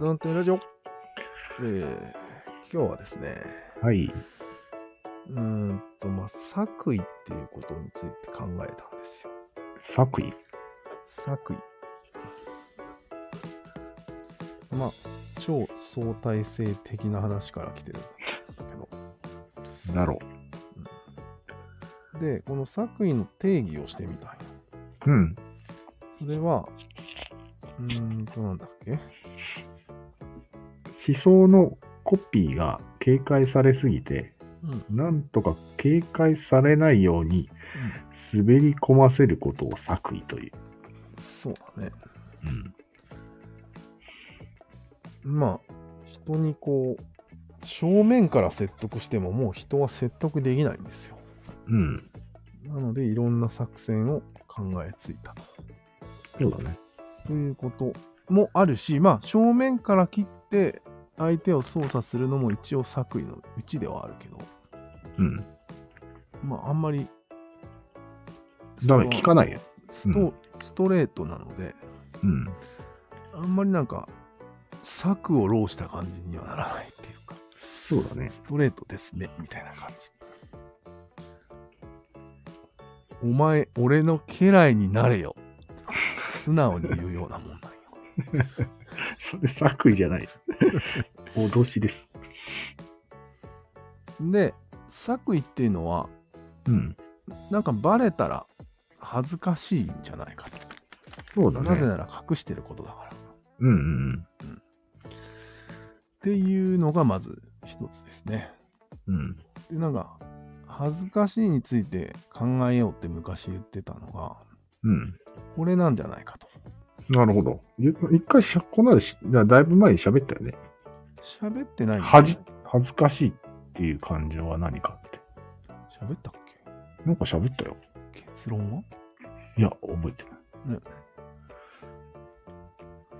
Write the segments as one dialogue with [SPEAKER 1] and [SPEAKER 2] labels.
[SPEAKER 1] 安定ラジオ。えー、今日はですね、
[SPEAKER 2] はい。
[SPEAKER 1] うーんと、まあ、作為っていうことについて考えたんですよ。
[SPEAKER 2] 作為。
[SPEAKER 1] 作為。まあ、超相対性的な話から来てるんだけ
[SPEAKER 2] だろ
[SPEAKER 1] ど。で、この作為の定義をしてみたいな。
[SPEAKER 2] う。うん。
[SPEAKER 1] それは、うーんと、なんだっけ
[SPEAKER 2] 思想のコピーが警戒されすぎて、
[SPEAKER 1] うん。
[SPEAKER 2] なんとか警戒されないように滑り込ませることを作為という。
[SPEAKER 1] そうだね。
[SPEAKER 2] うん。
[SPEAKER 1] まあ、人にこう、正面から説得してももう人は説得できないんですよ。
[SPEAKER 2] うん。
[SPEAKER 1] なので、いろんな作戦を考えついたと。
[SPEAKER 2] そうだね。
[SPEAKER 1] ということもあるし、まあ、正面から切って相手を操作するのも一応作為のうちではあるけど、
[SPEAKER 2] うん。
[SPEAKER 1] まあ、あんまり、
[SPEAKER 2] ダメ、聞か
[SPEAKER 1] い
[SPEAKER 2] ないよ。
[SPEAKER 1] スト、ストレートなので、
[SPEAKER 2] うん。
[SPEAKER 1] あんまりなんか、策を浪した感じにはならないっていうか。
[SPEAKER 2] そうだね。
[SPEAKER 1] ストレートですね、みたいな感じ。お前、俺の家来になれよ。素直に言うようなもんなんよ。
[SPEAKER 2] それ作為じゃ ない。脅しです。
[SPEAKER 1] で、作為っていうのは、
[SPEAKER 2] うん。
[SPEAKER 1] なんかバレたら恥ずかしいんじゃないか
[SPEAKER 2] そう
[SPEAKER 1] と。
[SPEAKER 2] だね。
[SPEAKER 1] なぜなら隠してることだから。っ
[SPEAKER 2] うんうん
[SPEAKER 1] ていうのがまず一つですね。
[SPEAKER 2] うん。うん。
[SPEAKER 1] で、なんか、恥ずかしいについて考えようって昔言ってたのが、
[SPEAKER 2] うん。
[SPEAKER 1] これなんじゃないかと。
[SPEAKER 2] なるほど。ゆ一回しゃ、この間し、だだいぶ前に喋ったよね。
[SPEAKER 1] 喋ってないんだよ
[SPEAKER 2] 恥じ、恥ずかしいっていう感情は何かって。
[SPEAKER 1] 喋ったっ
[SPEAKER 2] なんか喋ったよ。
[SPEAKER 1] け結論はい
[SPEAKER 2] や、覚えてない。
[SPEAKER 1] ね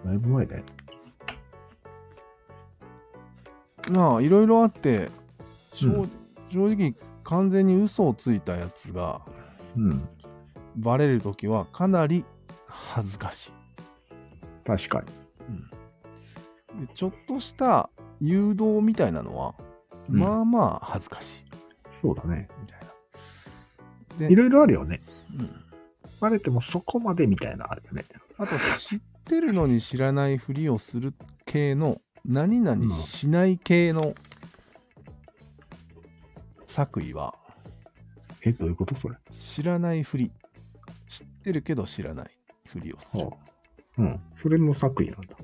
[SPEAKER 2] だいぶ前だよ。
[SPEAKER 1] まあいろいろあって、正
[SPEAKER 2] う
[SPEAKER 1] 正直完全に嘘をついたやつが
[SPEAKER 2] うん。
[SPEAKER 1] バレるときはかなり恥ずかしい、
[SPEAKER 2] 確か
[SPEAKER 1] でちょっとした誘導みたいなのは、
[SPEAKER 2] うん
[SPEAKER 1] まあまあ恥ずかしい
[SPEAKER 2] に。そうだね。
[SPEAKER 1] みたいなで
[SPEAKER 2] いろいろあるよね。
[SPEAKER 1] うん
[SPEAKER 2] バレてもそこまでみたいなのあるよね。
[SPEAKER 1] あと知ってるのに知らないふりをする系の何々しない系の作為は
[SPEAKER 2] え、どういうことそれ。
[SPEAKER 1] 知らないふり知ってるけど知らないふりをする、
[SPEAKER 2] はあ、うん。それも作為なんだ。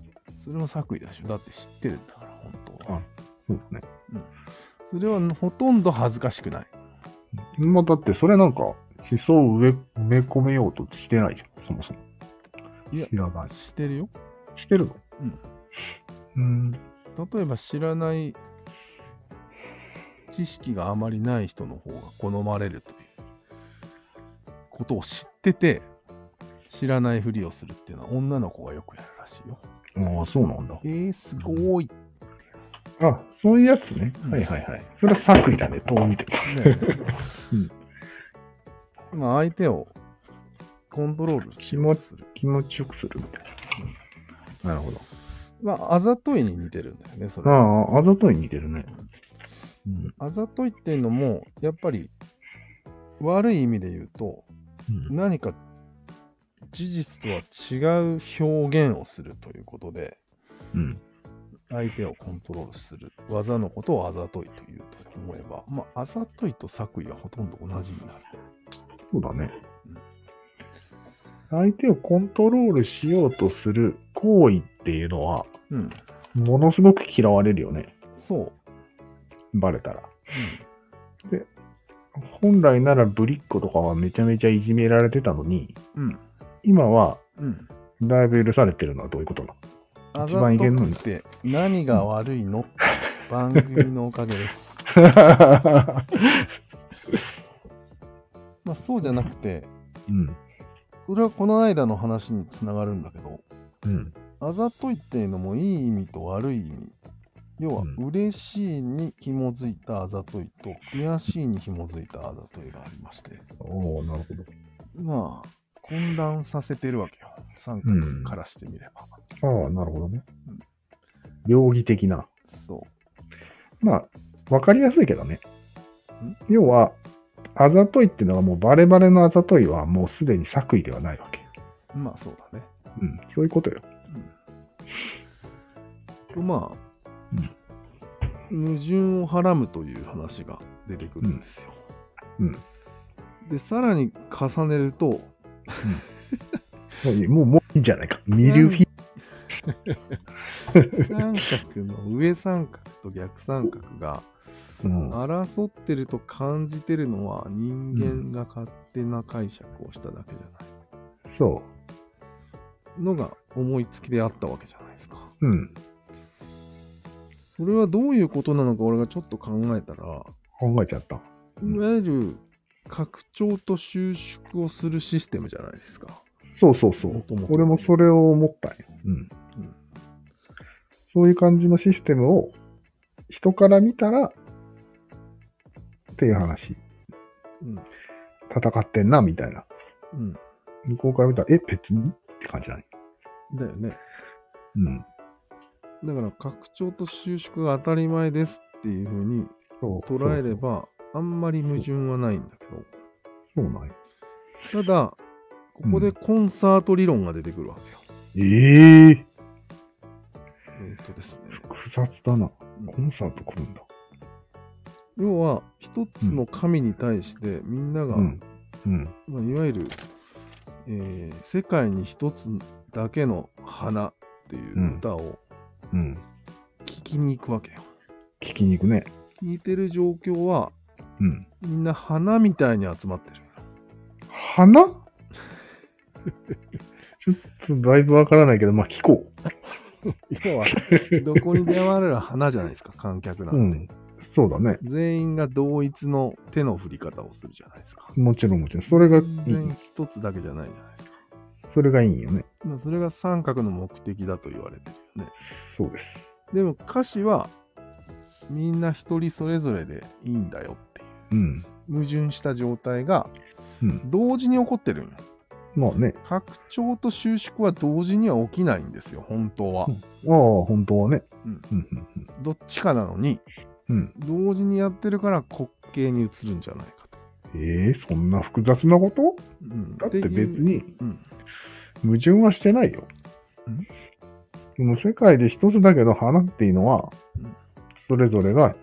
[SPEAKER 1] それも作為だでしょだって知ってるんだから本当は
[SPEAKER 2] あそうだね。
[SPEAKER 1] それはほとんど恥ずかしくない
[SPEAKER 2] まあ、だってそれなんか、思想を植え埋め込めようとしてないじゃん。そもそも。
[SPEAKER 1] いや
[SPEAKER 2] 知らない。
[SPEAKER 1] してるよ
[SPEAKER 2] してるのうん。うん。
[SPEAKER 1] 例えば知らない知識があまりない人の方が好まれるということを知ってて知らないふりをするっていうのは女の子がよくやるらしいよ
[SPEAKER 2] ああ、そうなんだ
[SPEAKER 1] え。ー、すごい、
[SPEAKER 2] あ、そういうやつね
[SPEAKER 1] う。ん
[SPEAKER 2] はいはいはい。それは作為だね、どう見ても。
[SPEAKER 1] ねまあ相手をコントロールしようとする
[SPEAKER 2] 気持ちよくするみたいな。なるほど。
[SPEAKER 1] まああざといに似てるんだよねそれは
[SPEAKER 2] ああ、あざとい似てるね。うん。
[SPEAKER 1] あざといっていうのもやっぱり悪い意味で言うと
[SPEAKER 2] うん
[SPEAKER 1] 何か事実とは違う表現をするということで
[SPEAKER 2] うん。
[SPEAKER 1] 相手をコントロールする技のことをあざといというと思えば、まあ、あざといと作為はほとんど同じになる。
[SPEAKER 2] そうだね
[SPEAKER 1] うん。
[SPEAKER 2] 相手をコントロールしようとする行為っていうのは、
[SPEAKER 1] うん。
[SPEAKER 2] ものすごく嫌われるよね。
[SPEAKER 1] そう。
[SPEAKER 2] バレたら。本来ならぶりっ子とかはめちゃめちゃいじめられてたのに、
[SPEAKER 1] うん。うん。
[SPEAKER 2] 今は
[SPEAKER 1] うん。
[SPEAKER 2] だいぶ許されてるのはどういうことな
[SPEAKER 1] あ
[SPEAKER 2] 一
[SPEAKER 1] ざ
[SPEAKER 2] 番いけんの
[SPEAKER 1] と
[SPEAKER 2] に
[SPEAKER 1] くて何が悪いの番組のおかげです。
[SPEAKER 2] の
[SPEAKER 1] まあそうじゃなくて、
[SPEAKER 2] うん。
[SPEAKER 1] これはこの間の話につながるんだけど、
[SPEAKER 2] うん。
[SPEAKER 1] あざといっていうのもいい意味と悪い意味要は
[SPEAKER 2] うん
[SPEAKER 1] 嬉しいに紐づいたあざといと悔しいに紐づいたあざといがありまして
[SPEAKER 2] おおなるほど。
[SPEAKER 1] まあ混乱させてるわけよ参
[SPEAKER 2] うん
[SPEAKER 1] 加からしてみれば、
[SPEAKER 2] ああ、なるほどね。両義的な。
[SPEAKER 1] そ
[SPEAKER 2] まあ、わかりやすいけどね
[SPEAKER 1] ん。
[SPEAKER 2] 要は、あざといっていうのはもうバレバレのあざといはもうすでに作為ではないわけ。
[SPEAKER 1] う。まあそうだね。
[SPEAKER 2] うん、そういうことよ。
[SPEAKER 1] とまあ、矛盾をはらむという話が出てくるんですよ。
[SPEAKER 2] うん。
[SPEAKER 1] で、さらに重ねると、
[SPEAKER 2] もういいもうもういいんじゃないか。ミルフィー
[SPEAKER 1] 三角の上三角と逆三角が
[SPEAKER 2] ユ、うん
[SPEAKER 1] 争ってると感じてるのは人間が勝手な解釈をしただけじゃな
[SPEAKER 2] そ
[SPEAKER 1] いのが思いつきであったわけじゃないですか。
[SPEAKER 2] う。うん。
[SPEAKER 1] それはどういうことなのか俺がちょっと考えたら、
[SPEAKER 2] 考えちゃった。
[SPEAKER 1] いわゆる拡張と収縮をするシステムじゃないですか。
[SPEAKER 2] そうそうそ
[SPEAKER 1] も
[SPEAKER 2] う
[SPEAKER 1] とも。と
[SPEAKER 2] 俺もそれを思ったんよ。うん
[SPEAKER 1] うん。
[SPEAKER 2] そういう感じのシステムを人から見たらっていう話。
[SPEAKER 1] うん。
[SPEAKER 2] 戦ってんな、みたいな。
[SPEAKER 1] うん。
[SPEAKER 2] 向こうから見たら、え、別にって感じだね。
[SPEAKER 1] だよね。
[SPEAKER 2] うん。
[SPEAKER 1] だから拡張と収縮が当たり前ですっていうふうに
[SPEAKER 2] そう。
[SPEAKER 1] 捉えれば、あんまり矛盾はないんだけ
[SPEAKER 2] そうなんや。
[SPEAKER 1] ど、ただ、ここでコンサート理論が出てくるわけよ。
[SPEAKER 2] ええ
[SPEAKER 1] えっ、とですね。
[SPEAKER 2] 複雑だな。コンサート来るんだ。
[SPEAKER 1] 要は、一つの神に対してみんなが、
[SPEAKER 2] うん。うん。
[SPEAKER 1] まあ、いわゆる、えー世界に一つだけの花っていう歌を
[SPEAKER 2] うん。
[SPEAKER 1] 聴きに行くわけよ。
[SPEAKER 2] 聞きに行くね。
[SPEAKER 1] 聴いてる状況は、
[SPEAKER 2] うん。
[SPEAKER 1] みんな花みたいに集まってる。
[SPEAKER 2] 花ちょっとだいぶわからないけど、まあ聞こ
[SPEAKER 1] 要は、 どこに出会われる花じゃないですか、観客なん
[SPEAKER 2] う。う
[SPEAKER 1] て。
[SPEAKER 2] ん。そうだね。
[SPEAKER 1] 全員が同一の手の振り方をするじゃないですか。
[SPEAKER 2] もちろんもちろん。それがい
[SPEAKER 1] 全
[SPEAKER 2] い
[SPEAKER 1] 員。一つだけじゃないじゃないですか。
[SPEAKER 2] それがいいんよね。
[SPEAKER 1] まあそれが三角の目的だと言われてるよね。
[SPEAKER 2] そうです。
[SPEAKER 1] でも歌詞はみんな一人それぞれでいいんだよっていう
[SPEAKER 2] うん。
[SPEAKER 1] 矛盾した状態が
[SPEAKER 2] うん。
[SPEAKER 1] 同時に起こってるんよ。
[SPEAKER 2] まあね。
[SPEAKER 1] 拡張と収縮は同時には起きないんですよ、本当は。
[SPEAKER 2] ああ、本当はね。
[SPEAKER 1] うん
[SPEAKER 2] うん。うん。
[SPEAKER 1] どっちかなのに、
[SPEAKER 2] うん
[SPEAKER 1] 同時にやってるから滑稽に映るんじゃないかと。
[SPEAKER 2] ええそんな複雑なこと
[SPEAKER 1] うん
[SPEAKER 2] だって
[SPEAKER 1] いう
[SPEAKER 2] 別に
[SPEAKER 1] うん、
[SPEAKER 2] 矛盾はしてないよ
[SPEAKER 1] ん。
[SPEAKER 2] でも世界で一つだけの花っていうのは
[SPEAKER 1] うん、
[SPEAKER 2] それぞれが、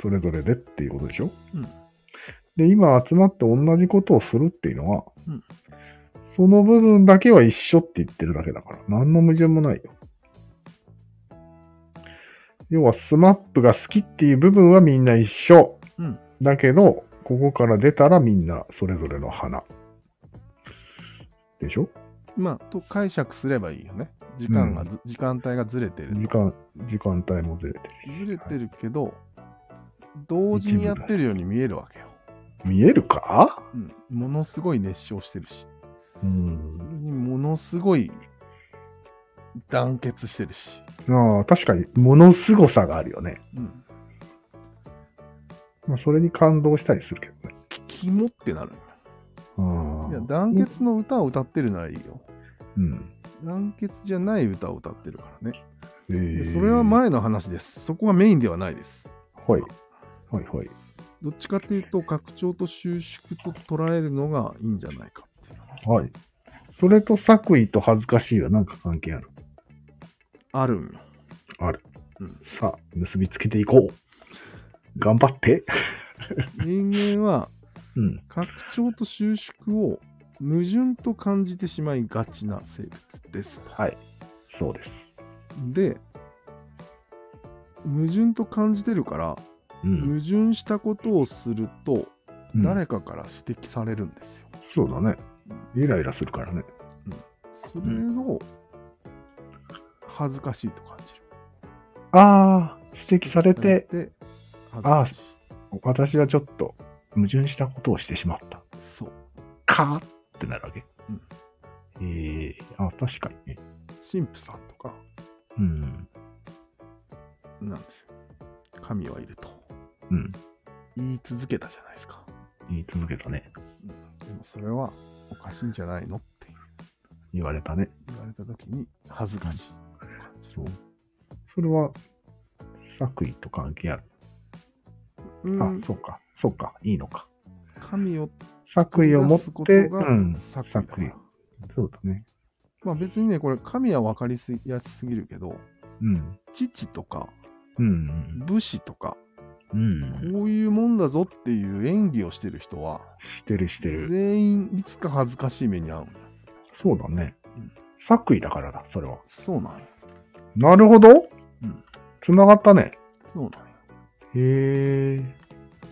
[SPEAKER 2] それぞれでっていうことでしょ
[SPEAKER 1] うん
[SPEAKER 2] で、今集まって同じことをするっていうのは、
[SPEAKER 1] うん
[SPEAKER 2] その部分だけは一緒って言ってるだけだから、何の矛盾もないよ。要は、スマップが好きっていう部分はみんな一緒。
[SPEAKER 1] うん
[SPEAKER 2] だけど、ここから出たらみんなそれぞれの花。でしょ
[SPEAKER 1] まあ、と解釈すればいいよね。時間がず、時間帯がずれてる。
[SPEAKER 2] 時間、時間帯もずれてる。
[SPEAKER 1] ずれてるけど、同時にやってるように見えるわけよ。
[SPEAKER 2] 見えるか
[SPEAKER 1] うん、ものすごい熱唱してるし、
[SPEAKER 2] うん
[SPEAKER 1] それにものすごい団結してるし。
[SPEAKER 2] ああ、確かに、ものすごさがあるよね。
[SPEAKER 1] うん、
[SPEAKER 2] まあ、それに感動したりするけどね。
[SPEAKER 1] キモってなるよ。
[SPEAKER 2] ああ
[SPEAKER 1] いや、団結の歌を歌ってるならいいよ。
[SPEAKER 2] うん。
[SPEAKER 1] 団結じゃない歌を歌ってるからね。
[SPEAKER 2] え
[SPEAKER 1] で
[SPEAKER 2] ー
[SPEAKER 1] それは前の話です。そこはメインではないです。
[SPEAKER 2] はい。はいはい。
[SPEAKER 1] どっちかというと、拡張と収縮と捉えるのがいいんじゃないかっていう話。
[SPEAKER 2] はい。それと作為と恥ずかしいは何か関係ある
[SPEAKER 1] あるんよ。
[SPEAKER 2] ある。
[SPEAKER 1] うん
[SPEAKER 2] さあ、結びつけていこう。頑張って。
[SPEAKER 1] 人間は
[SPEAKER 2] うん。
[SPEAKER 1] 拡張と収縮を矛盾と感じてしまいがちな生物です。
[SPEAKER 2] はい。そうです。
[SPEAKER 1] で、矛盾と感じてるから、
[SPEAKER 2] うん。
[SPEAKER 1] 矛盾したことをすると、
[SPEAKER 2] うん
[SPEAKER 1] 誰かから指摘されるんですよ。
[SPEAKER 2] そうだね。イライラするからね。
[SPEAKER 1] それを恥ずかしいと感じる。
[SPEAKER 2] ああ、指摘されて、
[SPEAKER 1] で、恥ずかしい。
[SPEAKER 2] 私はちょっと矛盾したことをしてしまった。
[SPEAKER 1] そう。
[SPEAKER 2] かーってなるわけ。
[SPEAKER 1] うん
[SPEAKER 2] ええあ、確かにね。
[SPEAKER 1] 神父さんとか
[SPEAKER 2] うん。
[SPEAKER 1] なんですよ。神はいると
[SPEAKER 2] うん。
[SPEAKER 1] 言い続けたじゃないですか。
[SPEAKER 2] 言い続けたね。
[SPEAKER 1] うんでもそれはおかしいんじゃないのっていう
[SPEAKER 2] 言われたね。
[SPEAKER 1] 言われた時に恥ずかしいと感じる。
[SPEAKER 2] それは、作為と関係ある。
[SPEAKER 1] うん
[SPEAKER 2] あ、そうか。そうか。いいのか。
[SPEAKER 1] 神を
[SPEAKER 2] 作為を持って
[SPEAKER 1] 作り出すことが
[SPEAKER 2] うん
[SPEAKER 1] 作為だから
[SPEAKER 2] 作為そうだね。
[SPEAKER 1] まあ別にね、これ神は分かりやすすぎるけど、
[SPEAKER 2] うん。
[SPEAKER 1] 父とか
[SPEAKER 2] うん。
[SPEAKER 1] 武士とか、
[SPEAKER 2] うん。
[SPEAKER 1] こういうもんだぞっていう演技をしてる人は、
[SPEAKER 2] してるしてる。
[SPEAKER 1] 全員いつか恥ずかしい目に遭うんだ。
[SPEAKER 2] そうだね
[SPEAKER 1] うん。
[SPEAKER 2] 作為だからだ、それは。
[SPEAKER 1] そうなんよ
[SPEAKER 2] なるほど。
[SPEAKER 1] うん
[SPEAKER 2] つながったね。
[SPEAKER 1] そうなんよ
[SPEAKER 2] へえ。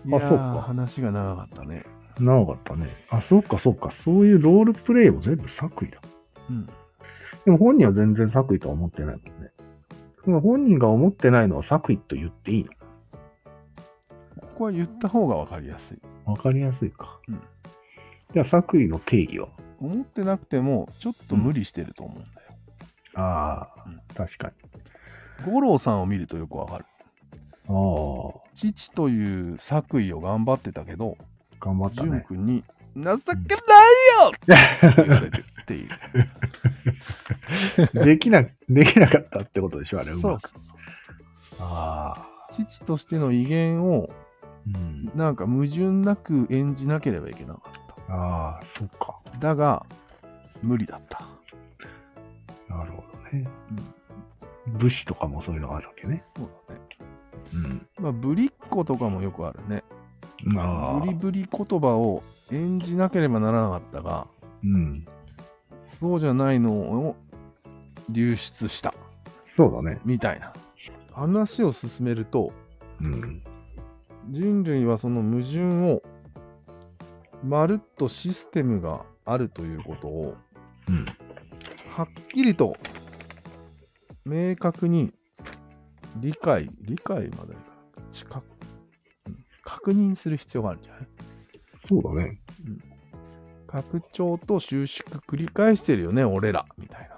[SPEAKER 1] いやー
[SPEAKER 2] そうか
[SPEAKER 1] 話が長かったね。
[SPEAKER 2] 長かったね。あ、そうかそうか。そういうロールプレイを全部作為だ。
[SPEAKER 1] うん。
[SPEAKER 2] でも本人は全然作為とは思ってないもんね。その本人が思ってないのは作為と言っていい
[SPEAKER 1] ここは言った方が分かりやすい。
[SPEAKER 2] のわかりやすいか。
[SPEAKER 1] うん
[SPEAKER 2] じゃあ作為の定義は
[SPEAKER 1] 思ってなくても、ちょっと無理してると思うんだよ。
[SPEAKER 2] ああ、
[SPEAKER 1] うん
[SPEAKER 2] 確かに。
[SPEAKER 1] 五郎さんを見るとよく分かる。
[SPEAKER 2] ああ、
[SPEAKER 1] 父という作為を頑張ってたけど、
[SPEAKER 2] 頑張った
[SPEAKER 1] 淳
[SPEAKER 2] ね。
[SPEAKER 1] 君に、情けないって言われるっていう。
[SPEAKER 2] できな、できなかったってことで しょ、あれ。う
[SPEAKER 1] そ
[SPEAKER 2] ま
[SPEAKER 1] う
[SPEAKER 2] く。
[SPEAKER 1] そうそう
[SPEAKER 2] ああ、
[SPEAKER 1] 父としての威厳を、
[SPEAKER 2] うん。
[SPEAKER 1] なんか矛盾なく演じなければいけなかっ
[SPEAKER 2] ああ、そっか。
[SPEAKER 1] た。だが、無理だった。
[SPEAKER 2] なるほどね。
[SPEAKER 1] うん
[SPEAKER 2] 武士とかもそういうのがあるわけね。
[SPEAKER 1] そうだね。
[SPEAKER 2] うん。
[SPEAKER 1] まあ、ぶりっ子とかもよくあるね。
[SPEAKER 2] ああ
[SPEAKER 1] ブリ、ブリ言葉を演じなければならなかったが、
[SPEAKER 2] うん。
[SPEAKER 1] そうじゃないのを流出した
[SPEAKER 2] そうだね。
[SPEAKER 1] みたいな話を進めると
[SPEAKER 2] うん。
[SPEAKER 1] 人類はその矛盾をまるっとシステムがあるということを
[SPEAKER 2] うん。
[SPEAKER 1] はっきりと明確に理解理解まではいかない近くうん確認する必要があるんじゃない
[SPEAKER 2] そうだね。
[SPEAKER 1] 拡張と収縮繰り返してるよね俺らみたい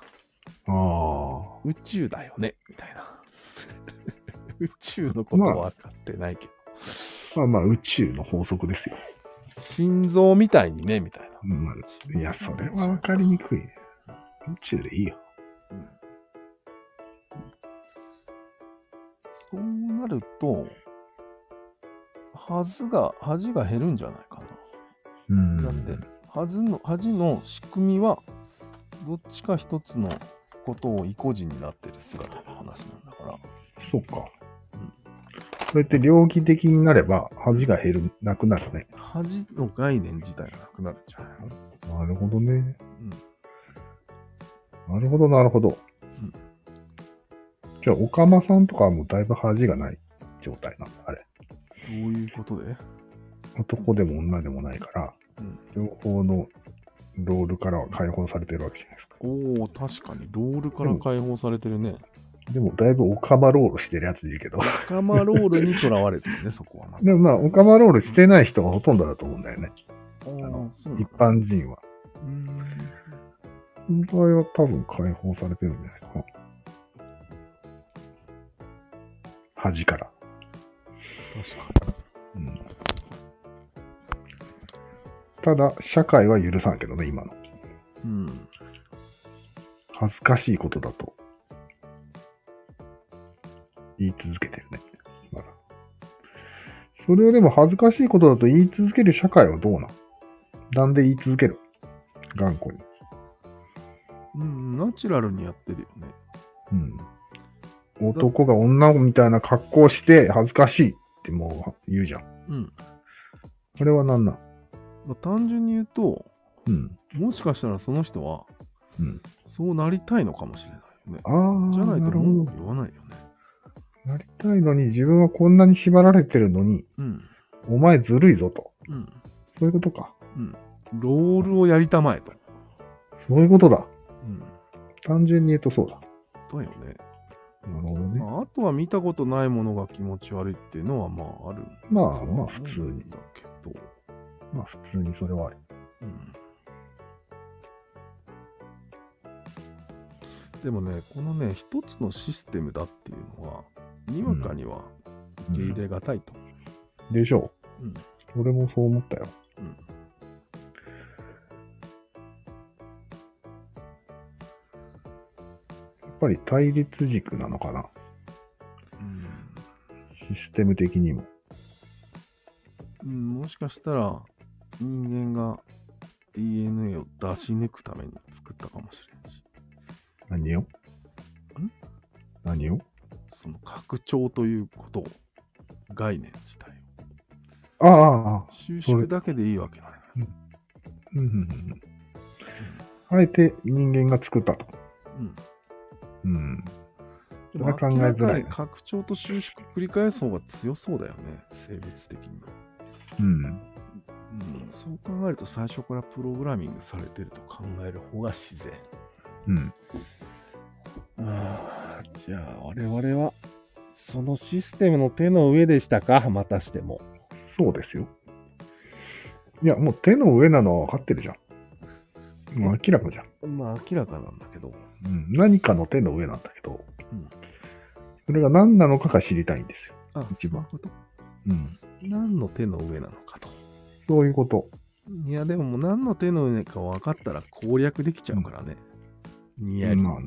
[SPEAKER 1] な
[SPEAKER 2] ああ。
[SPEAKER 1] 宇宙だよねみたいな 宇宙のことは分かってないけど、
[SPEAKER 2] まあまあ、宇宙の法則ですよ。
[SPEAKER 1] 心臓みたいにねみたいな
[SPEAKER 2] うん。いや、それはわかりにくいね。宇宙でいいよ。
[SPEAKER 1] そうなると恥が恥が減るんじゃないか
[SPEAKER 2] うん
[SPEAKER 1] な、だって恥の恥の仕組みはどっちか一つのことを意固地になってる姿の話なんだから
[SPEAKER 2] そうか
[SPEAKER 1] うん。
[SPEAKER 2] そうやって両義的になれば、恥が減る、なくなるね。
[SPEAKER 1] 恥の概念自体がなくなるんじゃないの
[SPEAKER 2] なるほどね。なるほど、なるほど。
[SPEAKER 1] うん
[SPEAKER 2] じゃあ、オカマさんとかはもうだいぶ恥がない状態なんだ、あれ。
[SPEAKER 1] どういうことで
[SPEAKER 2] 男でも女でもないから、
[SPEAKER 1] うん
[SPEAKER 2] 両方のロールからは解放されてるわけじゃないですか。
[SPEAKER 1] おお確かにロールから解放されてるね。
[SPEAKER 2] でも、だいぶオカマロールしてるやついるけど。
[SPEAKER 1] オカマロールにとらわれてるね、そこはまだ。
[SPEAKER 2] でもまあ、オカマロールしてない人がほとんどだと思うんだよね。
[SPEAKER 1] あーそうなん
[SPEAKER 2] 一
[SPEAKER 1] だ
[SPEAKER 2] 般人は。
[SPEAKER 1] うーん
[SPEAKER 2] その場合は多分解放されてるんじゃないかな。端から。
[SPEAKER 1] 確か
[SPEAKER 2] うん。ただ、社会は許さんけどね、今の。
[SPEAKER 1] に。うん。
[SPEAKER 2] 恥ずかしいことだと。言い続けてるね。まだ。それをでも恥ずかしいことだと言い続ける社会はどうなんなんで言い続ける頑固に。
[SPEAKER 1] うん、ナチュラルにやってるよね。
[SPEAKER 2] うん。男が女みたいな格好をして恥ずかしいってもう言うじゃん。
[SPEAKER 1] うん。
[SPEAKER 2] これは何なん
[SPEAKER 1] まあ、単純に言うと、
[SPEAKER 2] うん。
[SPEAKER 1] もしかしたらその人は、
[SPEAKER 2] うん。
[SPEAKER 1] そうなりたいのかもしれないよね。
[SPEAKER 2] ああ、
[SPEAKER 1] じゃない
[SPEAKER 2] な
[SPEAKER 1] と
[SPEAKER 2] るほ
[SPEAKER 1] 文
[SPEAKER 2] ど
[SPEAKER 1] 句。言わないよね。
[SPEAKER 2] なりたいのに自分はこんなに縛られてるのに、
[SPEAKER 1] うん。
[SPEAKER 2] お前ずるいぞと。
[SPEAKER 1] うん。
[SPEAKER 2] そういうことか。
[SPEAKER 1] ロールをやりたまえと。
[SPEAKER 2] そういうことだ。
[SPEAKER 1] うん。
[SPEAKER 2] 単純に言うとそうだ。
[SPEAKER 1] だよね。
[SPEAKER 2] なるほどね。
[SPEAKER 1] まあ、あとは見たことないものが気持ち悪いっていうのはまああるんだ
[SPEAKER 2] まあ
[SPEAKER 1] とは
[SPEAKER 2] まあ
[SPEAKER 1] 思
[SPEAKER 2] 普通
[SPEAKER 1] うん
[SPEAKER 2] に。
[SPEAKER 1] だけど。
[SPEAKER 2] まあ普通にそれはあり。
[SPEAKER 1] うんでもね、このね、一つのシステムだっていうのは、にわかには受け入れがたいと思う。
[SPEAKER 2] でしょう。
[SPEAKER 1] うん
[SPEAKER 2] 俺もそう思ったよ。
[SPEAKER 1] うん
[SPEAKER 2] やっぱり対立軸なのかな。システム的にも。
[SPEAKER 1] うん、もしかしたら人間が DNA を出し抜くために作ったかもしれんし、
[SPEAKER 2] 何をん何を
[SPEAKER 1] その拡張ということを、概念自体を。
[SPEAKER 2] ああああ、ああ
[SPEAKER 1] 収
[SPEAKER 2] それ
[SPEAKER 1] 縮だけでいいわけない。
[SPEAKER 2] うんうんうん。あえて人間が作ったと。
[SPEAKER 1] うん。
[SPEAKER 2] うん。
[SPEAKER 1] で
[SPEAKER 2] それは
[SPEAKER 1] も
[SPEAKER 2] 考え
[SPEAKER 1] 明ら
[SPEAKER 2] づ
[SPEAKER 1] から
[SPEAKER 2] い
[SPEAKER 1] に
[SPEAKER 2] ね
[SPEAKER 1] 拡張と収縮繰り返す方が強そうだよね、生物的に。
[SPEAKER 2] うん。
[SPEAKER 1] うん、そう考えると最初からプログラミングされてると考える方が自然。
[SPEAKER 2] うん。
[SPEAKER 3] あーじゃあ我々はそのシステムの手の上でしたかまたしても。
[SPEAKER 2] そうですよ。いや、もう手の上なのは分かってるじゃん。もう明らかじゃん。
[SPEAKER 3] まあ明らかなんだけど。
[SPEAKER 2] うん。何かの手の上なんだけど、
[SPEAKER 1] うん
[SPEAKER 2] それが何なのかが知りたいんですよ。
[SPEAKER 1] あ、
[SPEAKER 2] 一番
[SPEAKER 1] そういうこと
[SPEAKER 2] うん。
[SPEAKER 1] 何の手の上なのかと。
[SPEAKER 2] そういうこと。
[SPEAKER 1] いや、でももう何の手の上か分かったら攻略できちゃうからね。にやり。
[SPEAKER 2] まあ、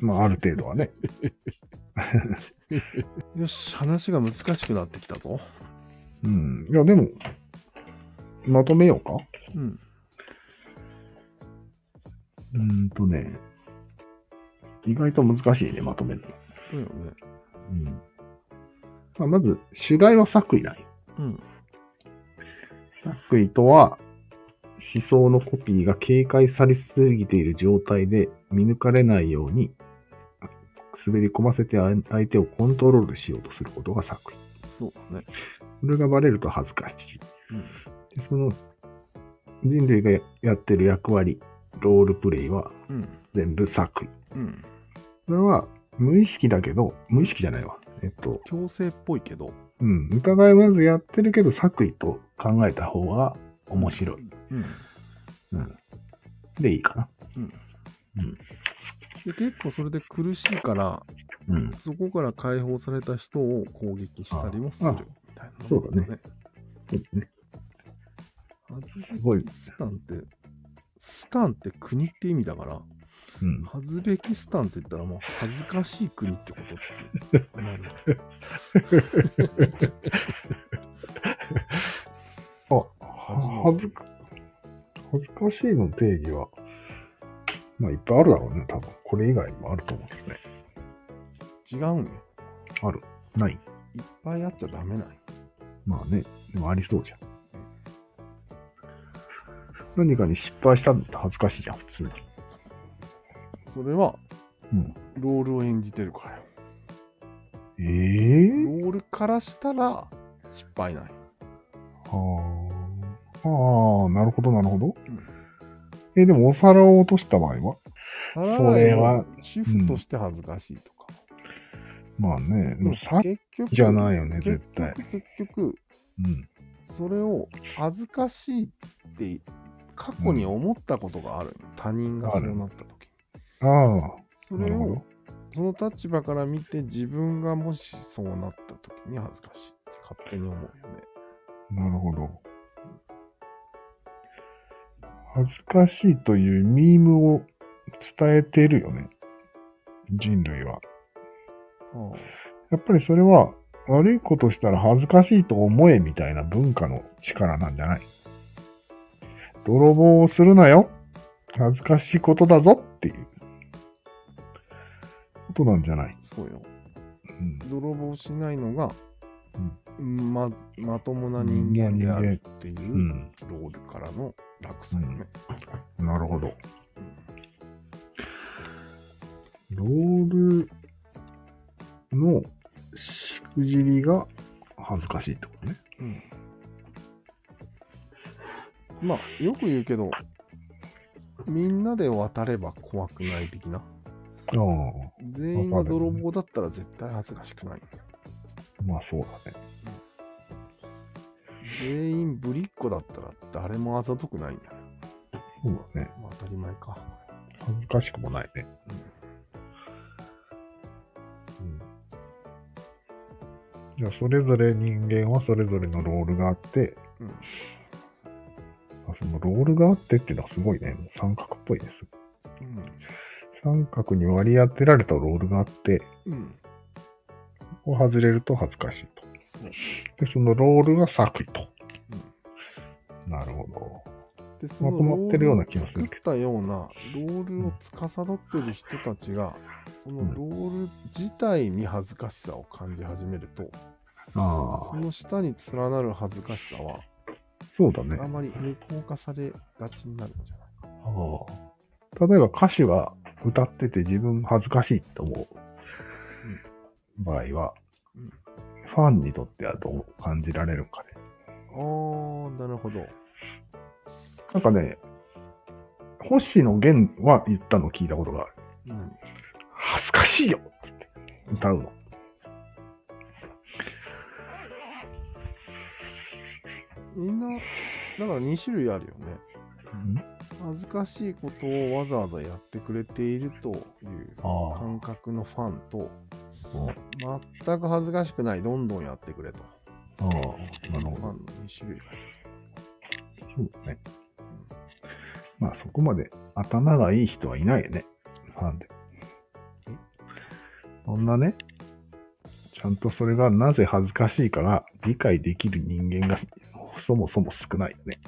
[SPEAKER 2] まあ、ある程度はね。
[SPEAKER 1] よし、話が難しくなってきたぞ。
[SPEAKER 2] うん。いや、でも、まとめようか。
[SPEAKER 1] うん。
[SPEAKER 2] うーんとね、意外と難しいね、まとめるの。
[SPEAKER 1] そうよね。
[SPEAKER 2] うん。まあ、まず、主題は作為だよ。
[SPEAKER 1] うん。
[SPEAKER 2] 作為とは、思想のコピーが警戒されすぎている状態で見抜かれないように、滑り込ませてあ相手をコントロールしようとすることが作為。
[SPEAKER 1] そうだね。
[SPEAKER 2] それがバレると恥ずかしい。
[SPEAKER 1] うん。
[SPEAKER 2] でその人類がやってる役割、ロールプレイは
[SPEAKER 1] うん。
[SPEAKER 2] 全部作為。
[SPEAKER 1] うん。
[SPEAKER 2] それは無意識だけど、無意識じゃないわ。えっと、
[SPEAKER 1] 強制っぽいけど。
[SPEAKER 2] うん、疑いまずやってるけど作為と考えた方が面白い。
[SPEAKER 1] うん。
[SPEAKER 2] でいいかな。
[SPEAKER 1] で結構それで苦しいから、
[SPEAKER 2] うん。
[SPEAKER 1] そこから解放された人を攻撃したりもする
[SPEAKER 2] あ
[SPEAKER 1] み
[SPEAKER 2] あ
[SPEAKER 1] たいな、
[SPEAKER 2] そうだね。そうですね。
[SPEAKER 1] アズ
[SPEAKER 2] すご
[SPEAKER 1] ベ
[SPEAKER 2] い
[SPEAKER 1] キスタンって、スタンって国って意味だから、
[SPEAKER 2] うん。
[SPEAKER 1] ハズベキスタンって言ったらもう恥ずかしい国ってことってなる。
[SPEAKER 2] あ、は恥ずか、恥ずかしいの定義は、まあいっぱいあるだろうね、多分。これ以外にもあると思うんですね。
[SPEAKER 1] 違うんよ。
[SPEAKER 2] ある。ない。
[SPEAKER 1] いっぱいあっちゃダメない。
[SPEAKER 2] まあね、でもありそうじゃん。何かに失敗したんだって恥ずかしいじゃん、普通に。
[SPEAKER 1] それは、
[SPEAKER 2] うん
[SPEAKER 1] ロールを演じてるからよ。
[SPEAKER 2] ええ
[SPEAKER 1] ロールからしたら失敗ない。
[SPEAKER 2] はあ。はあ、なるほど、なるほど。
[SPEAKER 1] うん
[SPEAKER 2] え、でもお皿を落とした場合は
[SPEAKER 1] さら
[SPEAKER 2] そ
[SPEAKER 1] な
[SPEAKER 2] れ
[SPEAKER 1] い
[SPEAKER 2] は
[SPEAKER 1] は主婦として恥ずかしいとか。
[SPEAKER 2] まあね、でもさっき
[SPEAKER 1] 結局
[SPEAKER 2] じゃないよね、
[SPEAKER 1] 結
[SPEAKER 2] 絶対。
[SPEAKER 1] 局、結局、
[SPEAKER 2] うん。
[SPEAKER 1] それを恥ずかしいって過去に思ったことがある、他人がそうなった時に
[SPEAKER 2] ああ、
[SPEAKER 1] そ
[SPEAKER 2] な
[SPEAKER 1] れ
[SPEAKER 2] るほ
[SPEAKER 1] を
[SPEAKER 2] ど。
[SPEAKER 1] その立場から見て自分がもしそうなった時に恥ずかしいって勝手に思うよね
[SPEAKER 2] なるほど。恥ずかしいというミームを伝えているよね。人類は。
[SPEAKER 1] あ
[SPEAKER 2] やっぱりそれは悪いことしたら恥ずかしいと思えみたいな文化の力なんじゃない泥棒をするなよ恥ずかしいことだぞっていうことなんじゃない、
[SPEAKER 1] あそうよ
[SPEAKER 2] うん、
[SPEAKER 1] 泥棒しないのが、ままともな人間であるっていううんロールからの落差よね、
[SPEAKER 2] なるほど。ロールのしくじりが恥ずかしいってことね。
[SPEAKER 1] まあよく言うけどみんなで渡れば怖くない的な
[SPEAKER 2] あ
[SPEAKER 1] 全員が泥棒だったら絶対恥ずかしくないんだよ。
[SPEAKER 2] あ、まあそうだね。
[SPEAKER 1] 全員ぶりっ子だったら誰もあざとくないんだよ。
[SPEAKER 2] そうだね。
[SPEAKER 1] まあ、当たり前か。
[SPEAKER 2] 恥ずかしくもないね。じゃあ、それぞれ人間はそれぞれのロールがあって、
[SPEAKER 1] うん
[SPEAKER 2] あそのロールがあってっていうのはすごいね。もう三角っぽいです。三角に割り当てられたロールがあって、
[SPEAKER 1] うん。うん。
[SPEAKER 2] ここ外れると恥ずかしいと。
[SPEAKER 1] そう。
[SPEAKER 2] で、そのロールが作為と
[SPEAKER 1] うん。
[SPEAKER 2] なるほど。
[SPEAKER 1] で、その
[SPEAKER 2] まとまってるような気がす
[SPEAKER 1] ロールを
[SPEAKER 2] る
[SPEAKER 1] 作ったような、ロールを司ってる人たちが、そのロール自体に恥ずかしさを感じ始めると、
[SPEAKER 2] あ
[SPEAKER 1] そ
[SPEAKER 2] あ、
[SPEAKER 1] の下に連なる恥ずかしさは、
[SPEAKER 2] そうだね。
[SPEAKER 1] あまり無効化されがちになるんじゃないか。
[SPEAKER 2] ああ例えば歌詞は歌ってて自分恥ずかしいと思う場合は、
[SPEAKER 1] うん
[SPEAKER 2] ファンにとってはどう感じられるかね。
[SPEAKER 1] あー、なるほど。
[SPEAKER 2] なんかね、星野源は言ったの聞いたことがある。
[SPEAKER 1] うん。
[SPEAKER 2] 恥ずかしいよって歌うの。
[SPEAKER 1] みんな、だから2種類あるよね。恥ずかしいことをわざわざやってくれているという
[SPEAKER 2] あ
[SPEAKER 1] 感覚のファンと、
[SPEAKER 2] うん
[SPEAKER 1] 全く恥ずかしくない、どんどんやってくれと。
[SPEAKER 2] あ、なる
[SPEAKER 1] ファ
[SPEAKER 2] ほ
[SPEAKER 1] ン
[SPEAKER 2] ど。
[SPEAKER 1] の2種類が
[SPEAKER 2] そうだね。まあそこまで頭がいい人はいないよね。ファンで
[SPEAKER 1] え。
[SPEAKER 2] そんなね、ちゃんとそれがなぜ恥ずかしいかが理解できる人間がそもそも少ないよね。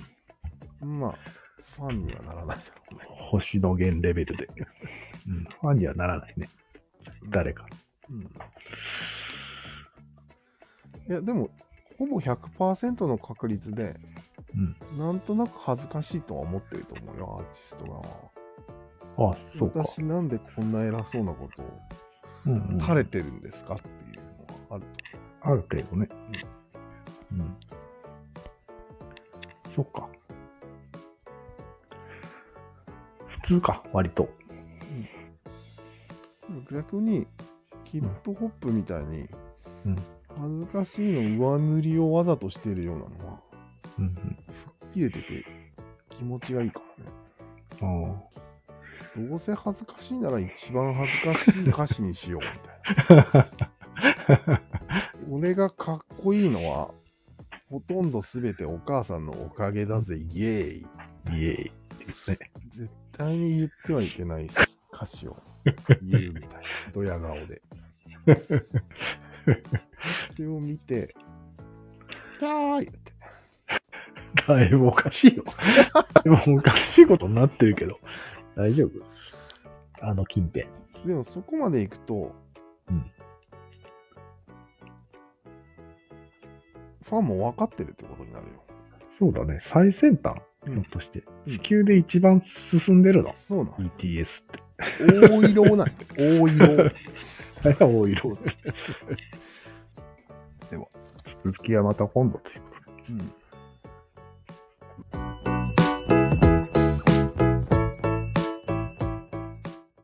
[SPEAKER 1] まあ、ファンにはならないだろうね。
[SPEAKER 2] 星野源レベルで。うん、ファンにはならないね。誰か。
[SPEAKER 1] うん。いや、でも、ほぼ100%の確率で、
[SPEAKER 2] うん。
[SPEAKER 1] なんとなく恥ずかしいとは思ってると思うよ、アーティスト側は。
[SPEAKER 2] あ、そうか。
[SPEAKER 1] 私なんでこんな偉そうなことを
[SPEAKER 2] うんうん
[SPEAKER 1] 垂れてるんですかっていうのはある
[SPEAKER 2] ある程度ね。うん。そっか。普通か、割と。
[SPEAKER 1] と思う。逆に、ヒップホップみたいに、
[SPEAKER 2] うん
[SPEAKER 1] 恥ずかしいの上塗りをわざとしているようなのは、
[SPEAKER 2] うん
[SPEAKER 1] 切れてて気持ちがいいからね。
[SPEAKER 2] うん。あ
[SPEAKER 1] どうせ恥ずかしいなら一番恥ずかしい歌詞にしようみたいな。 俺がかっこいいのは、ほとんど全てお母さんのおかげだぜ、イエーイ。
[SPEAKER 2] あ、イエーイ。ね、
[SPEAKER 1] 絶対に言ってはいけない歌詞を言うみたいな。ドヤ顔で。それを見て、キャーいって。
[SPEAKER 2] だいぶおかしいよ。 でもおかしいことになってるけど。大丈夫あの近辺。
[SPEAKER 1] でもそこまで行くと、
[SPEAKER 2] うん
[SPEAKER 1] ファンも分かってるってことになるよ。
[SPEAKER 2] そうだね。最先端、
[SPEAKER 1] う
[SPEAKER 2] ひ
[SPEAKER 1] ん
[SPEAKER 2] ょっとして。
[SPEAKER 1] うん
[SPEAKER 2] 地球で一番進んでるの。
[SPEAKER 1] そうなの。
[SPEAKER 2] BTS って。
[SPEAKER 1] 大色なんだ。大 色。
[SPEAKER 2] あれは 大色。
[SPEAKER 1] では。
[SPEAKER 2] 続きはまた今度ということ
[SPEAKER 1] う
[SPEAKER 2] で。
[SPEAKER 1] ん